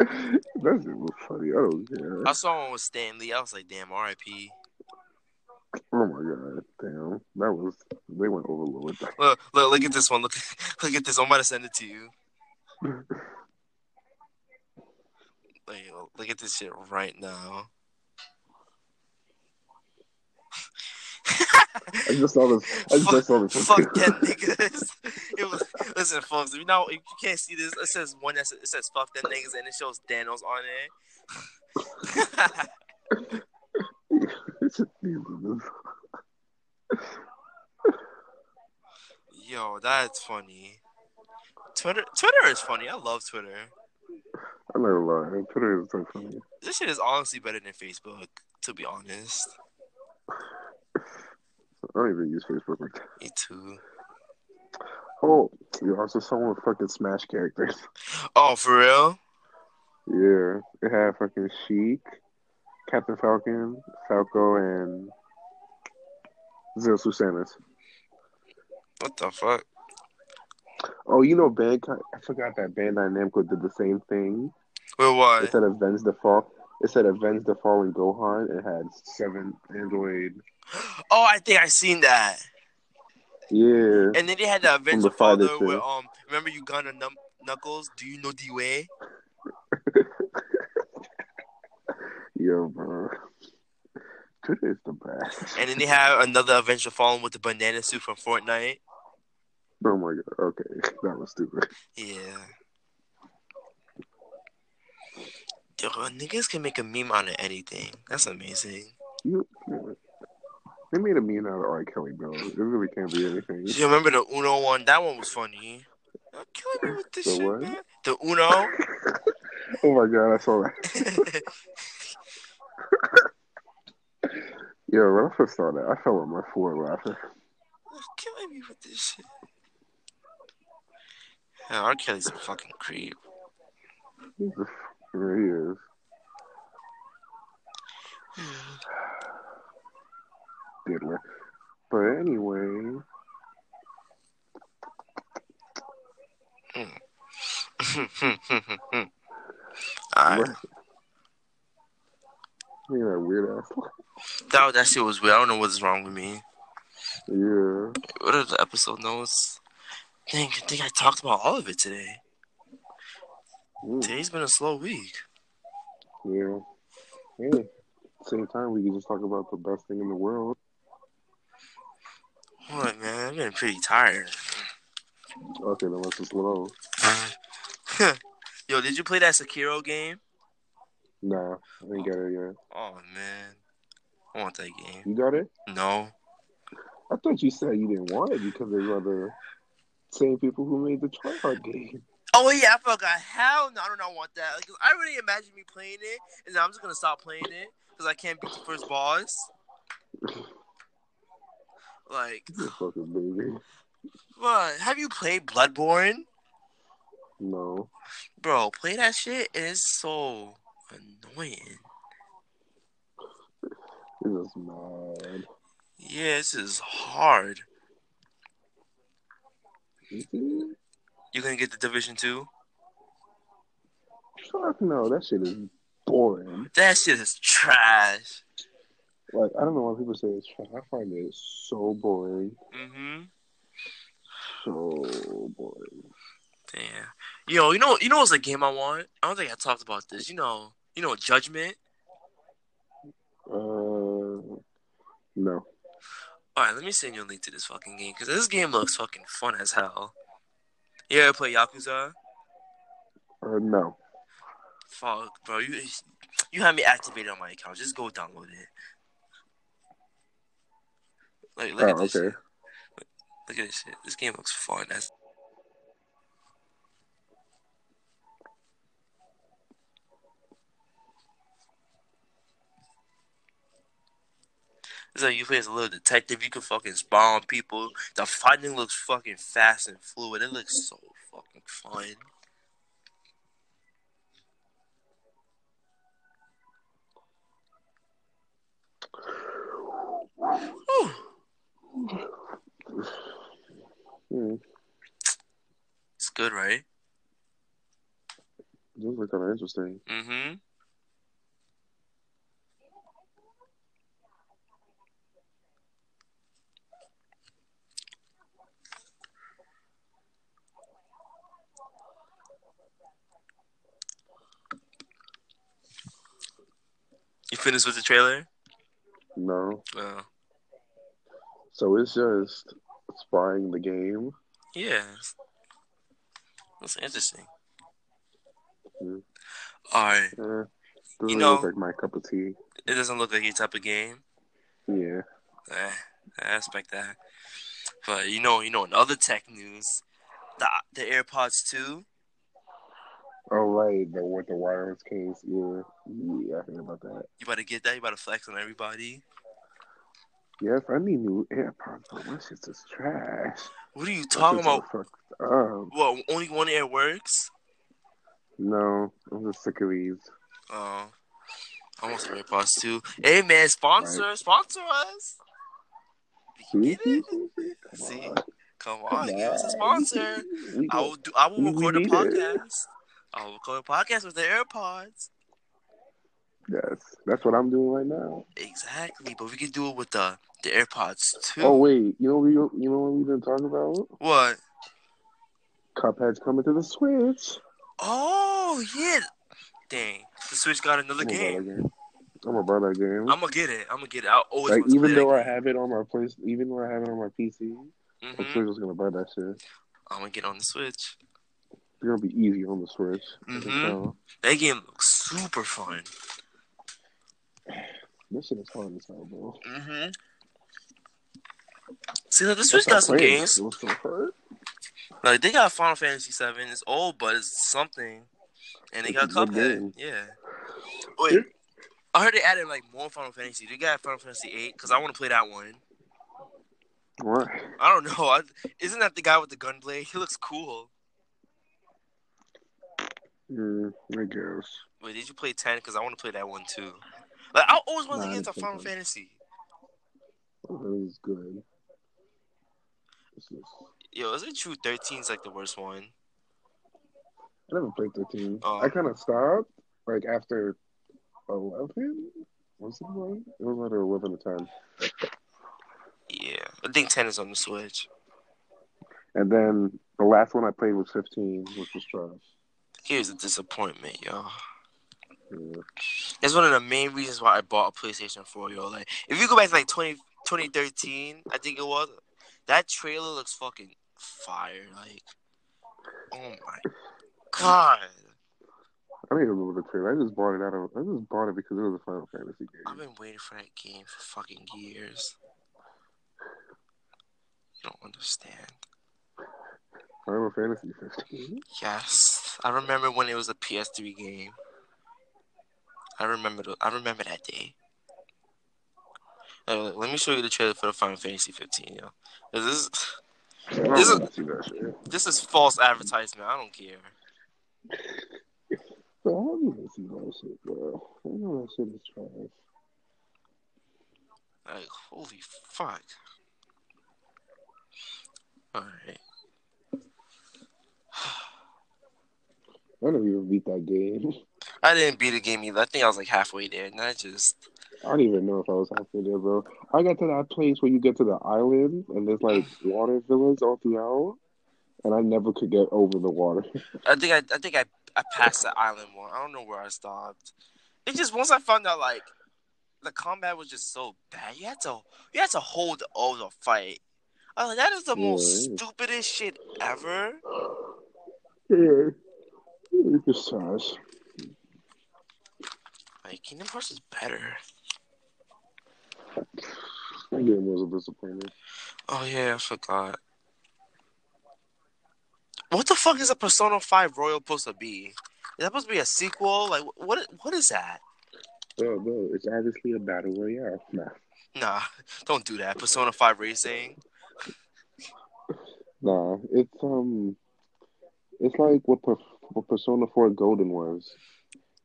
That shit was funny. I don't care. I saw one with Stanley. I was like, damn, R.I.P. Oh my god, damn, that was they went overload. Look, look, look at this one. Look, look at this. I'm about to send it to you. Like, look at this shit right now. I just saw this. I Fuck- just saw this. Fuck that niggas. It was, listen, folks. If you know, if you can't see this, it says one that says, it says "fuck that niggas" and it shows Thanos on it. Yo, that's funny. Twitter, Twitter is funny. I love Twitter. I'm not gonna lie. Twitter is so funny. This shit is honestly better than Facebook. To be honest, I don't even use Facebook like that. me too. Oh, you also saw one with fucking Smash characters. Oh, for real? Yeah, it had fucking Sheik, Captain Falcon, Falco, and Zeus Lucanus. What the fuck? Oh, you know, Bandai. I forgot that Bandai Namco did the same thing. Wait, It what? said Avenge the Fall. It said Avenge the Fallen Gohan. It had seven android. Oh, I think I seen that. Yeah. And then they had the Avenger the father Father with too. um. Remember Uganda num- Knuckles? Do you know the way? Yo, bro. Twitter is the best. And then they have another Avenger Fallen with the banana suit from Fortnite. Oh my god. Okay. That was stupid. Yeah. Yo, niggas can make a meme out of anything. That's amazing. You, They made a meme out of R. Kelly, bro. It really can't be anything. You remember the Uno one? That one was funny. You're killing me with this The shit, what? man. The Uno. Oh my god, I saw that. Yo, when I first saw that, I fell on my floor laughing. You're killing me with this shit. Yeah, R. Kelly's a fucking creep. Jesus, There he is. Diddler. But anyway, Hmm. Alright. look- look at that weird ass. That, that shit was weird. I don't know what's wrong with me. Yeah. What are the episode notes? Dang, I think I talked about all of it today. Mm, Today's been a slow week. yeah. Yeah. Same time, we can just talk about the best thing in the world. What, man? I've been pretty tired. Okay, then let's just slow. Yo, did you play that Sekiro game? Nah, I didn't get it yet. Oh, man. I want that game. You got it? No. I thought you said you didn't want it because they were the same people who made the tryhard game. Oh yeah, I forgot. Hell no, I do not want that. Because I already imagine me playing it, and I'm just gonna stop playing it because I can't beat the first boss. Like, You fucking baby. what? Have you played Bloodborne, No. bro? Play that shit. and It's so annoying. It was mad. Yeah, this is hard. You gonna get the Division Two? Fuck no, that shit is boring. That shit is trash. Like I don't know why people say it's trash. I find it so boring. Mm-hmm. So boring. Damn. Yo, you know, you know what's a game I want? I don't think I talked about this. You know, you know, Judgment. Uh no. All right, let me send you a link to this fucking game because this game looks fucking fun as hell. You ever play Yakuza? Uh no. Fuck, bro, you you had me activated on my account. Just go download it. Like, look at Oh, this. okay. Shit. Look at this shit. This game looks fun as. It's like you play as a little detective. You can fucking spawn people. The fighting looks fucking fast and fluid. It looks so fucking fun. Whew. Hmm. It's good, right? Those are kinda interesting. Mm-hmm. You finished with the trailer? No. Uh, So it's just spying the game. yeah. That's interesting. Mm. All right. Uh, doesn't You know- look like my cup of tea. It doesn't look like your type of game. Yeah. Eh, I expect that. But you know, you know, in other tech news, the the AirPods two. Oh right, the with the wireless case. Yeah. Yeah, I heard about that. You about to get that? You about to flex on everybody? Yes, I need new AirPods, but my shit's just trash. What are you My talking shit's all about? fucked up. Well, only one air works. No, I'm just sick of these. Oh, I want some AirPods too. Hey man, sponsor, sponsor us. Get it? See, come on, give us a sponsor. We I will do. I will We record a need it. podcast. I will record a podcast with the AirPods. Yes, that's what I'm doing right now. Exactly, but we can do it with the the AirPods too. Oh wait, you know we you know what we didn't talk about? What? Cuphead's coming to the Switch. Oh yeah. Dang, the Switch got another I'm gonna buy game. that game. I'm about that game. I'm gonna get it. I'm gonna get it. I always like want to even play though I have it on my place, even though I have it on my PC, that. I'm Mhm. still just gonna buy that shit. I'm gonna get on the Switch. It's gonna be easy on the Switch. Mhm. So, That game looks super fun. this shit is fun as hell, bro. Mm-hmm. See, like, the That's Switch not got some playing. games. It was so hard. Like they got Final Fantasy Seven. It's old, but it's something. And they It's got a good game. Cuphead. Yeah. Wait, I heard they added like more Final Fantasy. They got Final Fantasy Eight because I want to play that one. What? I don't know. I, isn't that the guy with the gunblade? He looks cool. Mm, I guess. Wait, did you play ten? Because I want to play that one too. Like I always wanted to Nah, get I into didn't play Final 10. Fantasy. It was good. It's just- Yo, is it true? 13's like the worst one. I never played 13. Oh. I kind of stopped like after 11. Was it 11? It was either 11 or 10. Yeah, I think ten is on the Switch. And then the last one I played was 15, which was trash. Here's a disappointment, yo. Yeah. That's one of the main reasons why I bought a PlayStation 4, yo. Like, if you go back to like 20, 2013, I think it was, that trailer looks fucking fire. Like, oh my god. I don't even remember the trailer. I just bought it out of. I just bought it because it was a Final Fantasy I've game. been waiting for that game for fucking years. You don't understand. Final Fantasy 15. Yes, I remember when it was a PS3 game. I remember. The, I remember that day. Uh, let me show you the trailer for the Final Fantasy 15, yo. 'Cause This is I don't This is- wanna see that shit. this is false advertisement. I don't care. Bro, I don't even see that shit, bro. I know that shit is trash. Like, holy fuck. Alright. I don't even beat that game. I didn't beat the game either. I think I was like halfway there, and I just I don't even know if I was halfway there, bro. I got to that place where you get to the island and there's like water villas all throughout, and I never could get over the water. I think I I think I, I passed the island one. I don't know where I stopped. It just once I found out like the combat was just so bad. You had to you had to hold all the fight. I was like, that is the most Yeah. stupidest shit ever. yeah. It's just trash. Like Kingdom Hearts is better. That game was a disappointment. Oh yeah, I forgot. What the fuck is a Persona Five Royal supposed to be? Is that supposed to be a sequel? Like wh- what? What is that? Bro, bro, it's obviously a battle royale. Nah, Nah, don't do that. Persona Five Racing. nah, it's um, it's like what, per- what Persona Four Golden was.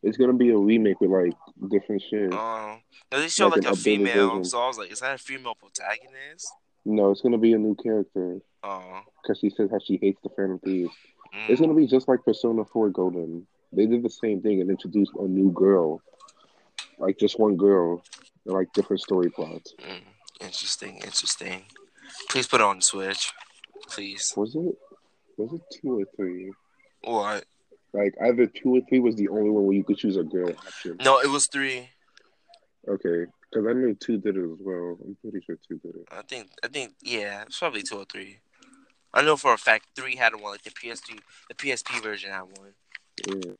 It's gonna be a remake with like different shit. Um, no, they show Like like, an a updated female, version. so I was like, is that a female protagonist? No, it's gonna be a new character Oh, because she says how she hates the Phantom Thieves. mm. It's gonna be just like Persona Four Golden. They did the same thing and introduced a new girl, like just one girl, and, like different story plots. Mm. interesting, interesting. Please put it on Switch, please. Was it? Was it two or three? What? Like either two or three was the only one where you could choose a girl option. No, it was three. Okay, because I know two did it as well. I'm pretty sure two did it. I think, I think, yeah, it's probably two or three. I know for a fact three had one, like the PS2, the PSP version had one. Yeah.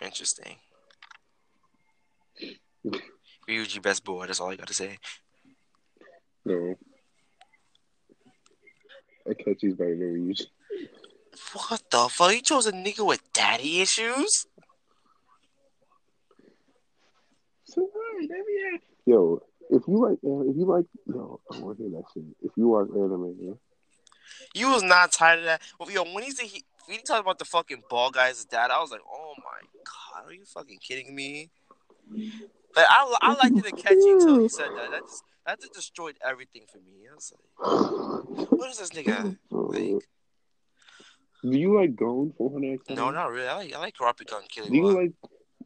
Interesting. Ryuji best boy. That's all I got to say. No. Akechi's better than Ryuji. What the fuck? You chose a nigga with daddy issues? So what? Let me ask- Yo, if you like, uh, if you like, yo, I want to hear that shit. If you watch anime, yeah, You was not tired of that. Well, yo, when he said he, when he talked about the fucking ball guy's dad, I was like, oh my god, are you fucking kidding me? Like, I, I liked it to catch you until he said that. That just, that just destroyed everything for me. I was like, what is this nigga? do Like, you like Gon for Hunter X no, Hunter? not really. I like, I like Rapigun killing. Do you like,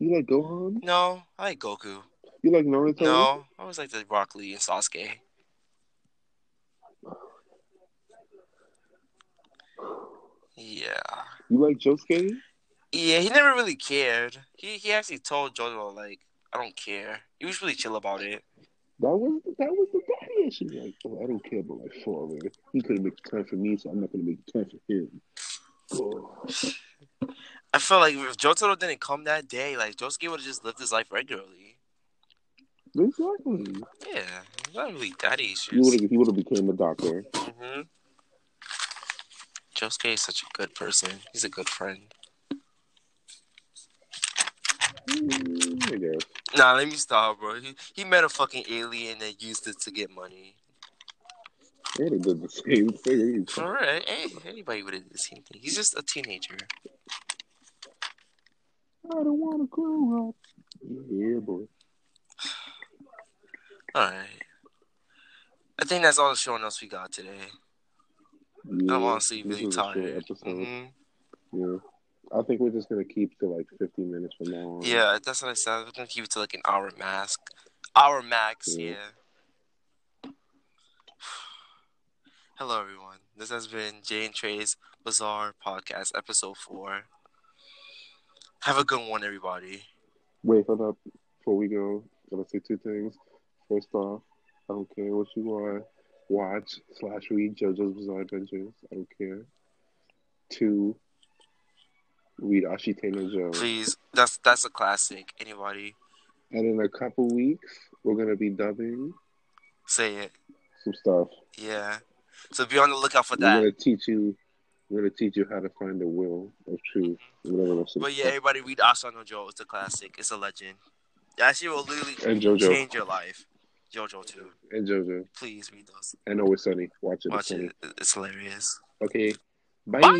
you like Gohan? No, I like Goku. You like Naruto? No, I always like the Rock Lee and Sasuke. Yeah. You like Josuke? Yeah, he never really cared. He he actually told Jojo like, I don't care. He was really chill about it. That was that was the daddy issue. Like, oh, I don't care about my father. He couldn't make time for me, so I'm not gonna make time for him. Oh, I felt like if Jotaro didn't come that day, like Josuke would have just lived his life regularly. Exactly. Yeah, that would be daddy He would issues. have he would have became a doctor. Mm-hmm. Josuke is such a good person. He's a good friend. Mm, I guess. Nah, let me stop, bro. He, he met a fucking alien and used it to get money. They would have done the same thing. All right, hey, eh, anybody would have done the same thing. He's just a teenager. I don't want to grow up. Yeah, boy. All right. I think that's all the showing us we got today. Yeah, I'm honestly this really was a short tired. episode. Mhm. Yeah. I think we're just gonna keep to like 15 minutes from now on. Yeah, that's what I said. I was gonna keep it to like an hour mask, hour max. Yeah. Yeah. Hello, everyone. This has been Jane Trey's Bizarre Podcast, episode four. Have a good one, everybody. Wait, hold up. Before we go, I gotta say two things. First off, I don't care what you are. Watch slash read JoJo's Bizarre Adventures. I don't care. Two, read Ashite no Joe. Please, that's that's a classic. Anybody And in a couple weeks, we're gonna be dubbing say it? some stuff. Yeah. So be on the lookout for We're that. gonna teach you. We're gonna teach you how to find the will of truth. Whatever that's But yeah, everybody read Asano Joe. It's a classic. It's a legend. That shit will literally And JoJo. change your life. JoJo too. and JoJo. Please read those. And always sunny. Watch it. it's Watch funny. it. It's hilarious. Okay. Bye. Bye.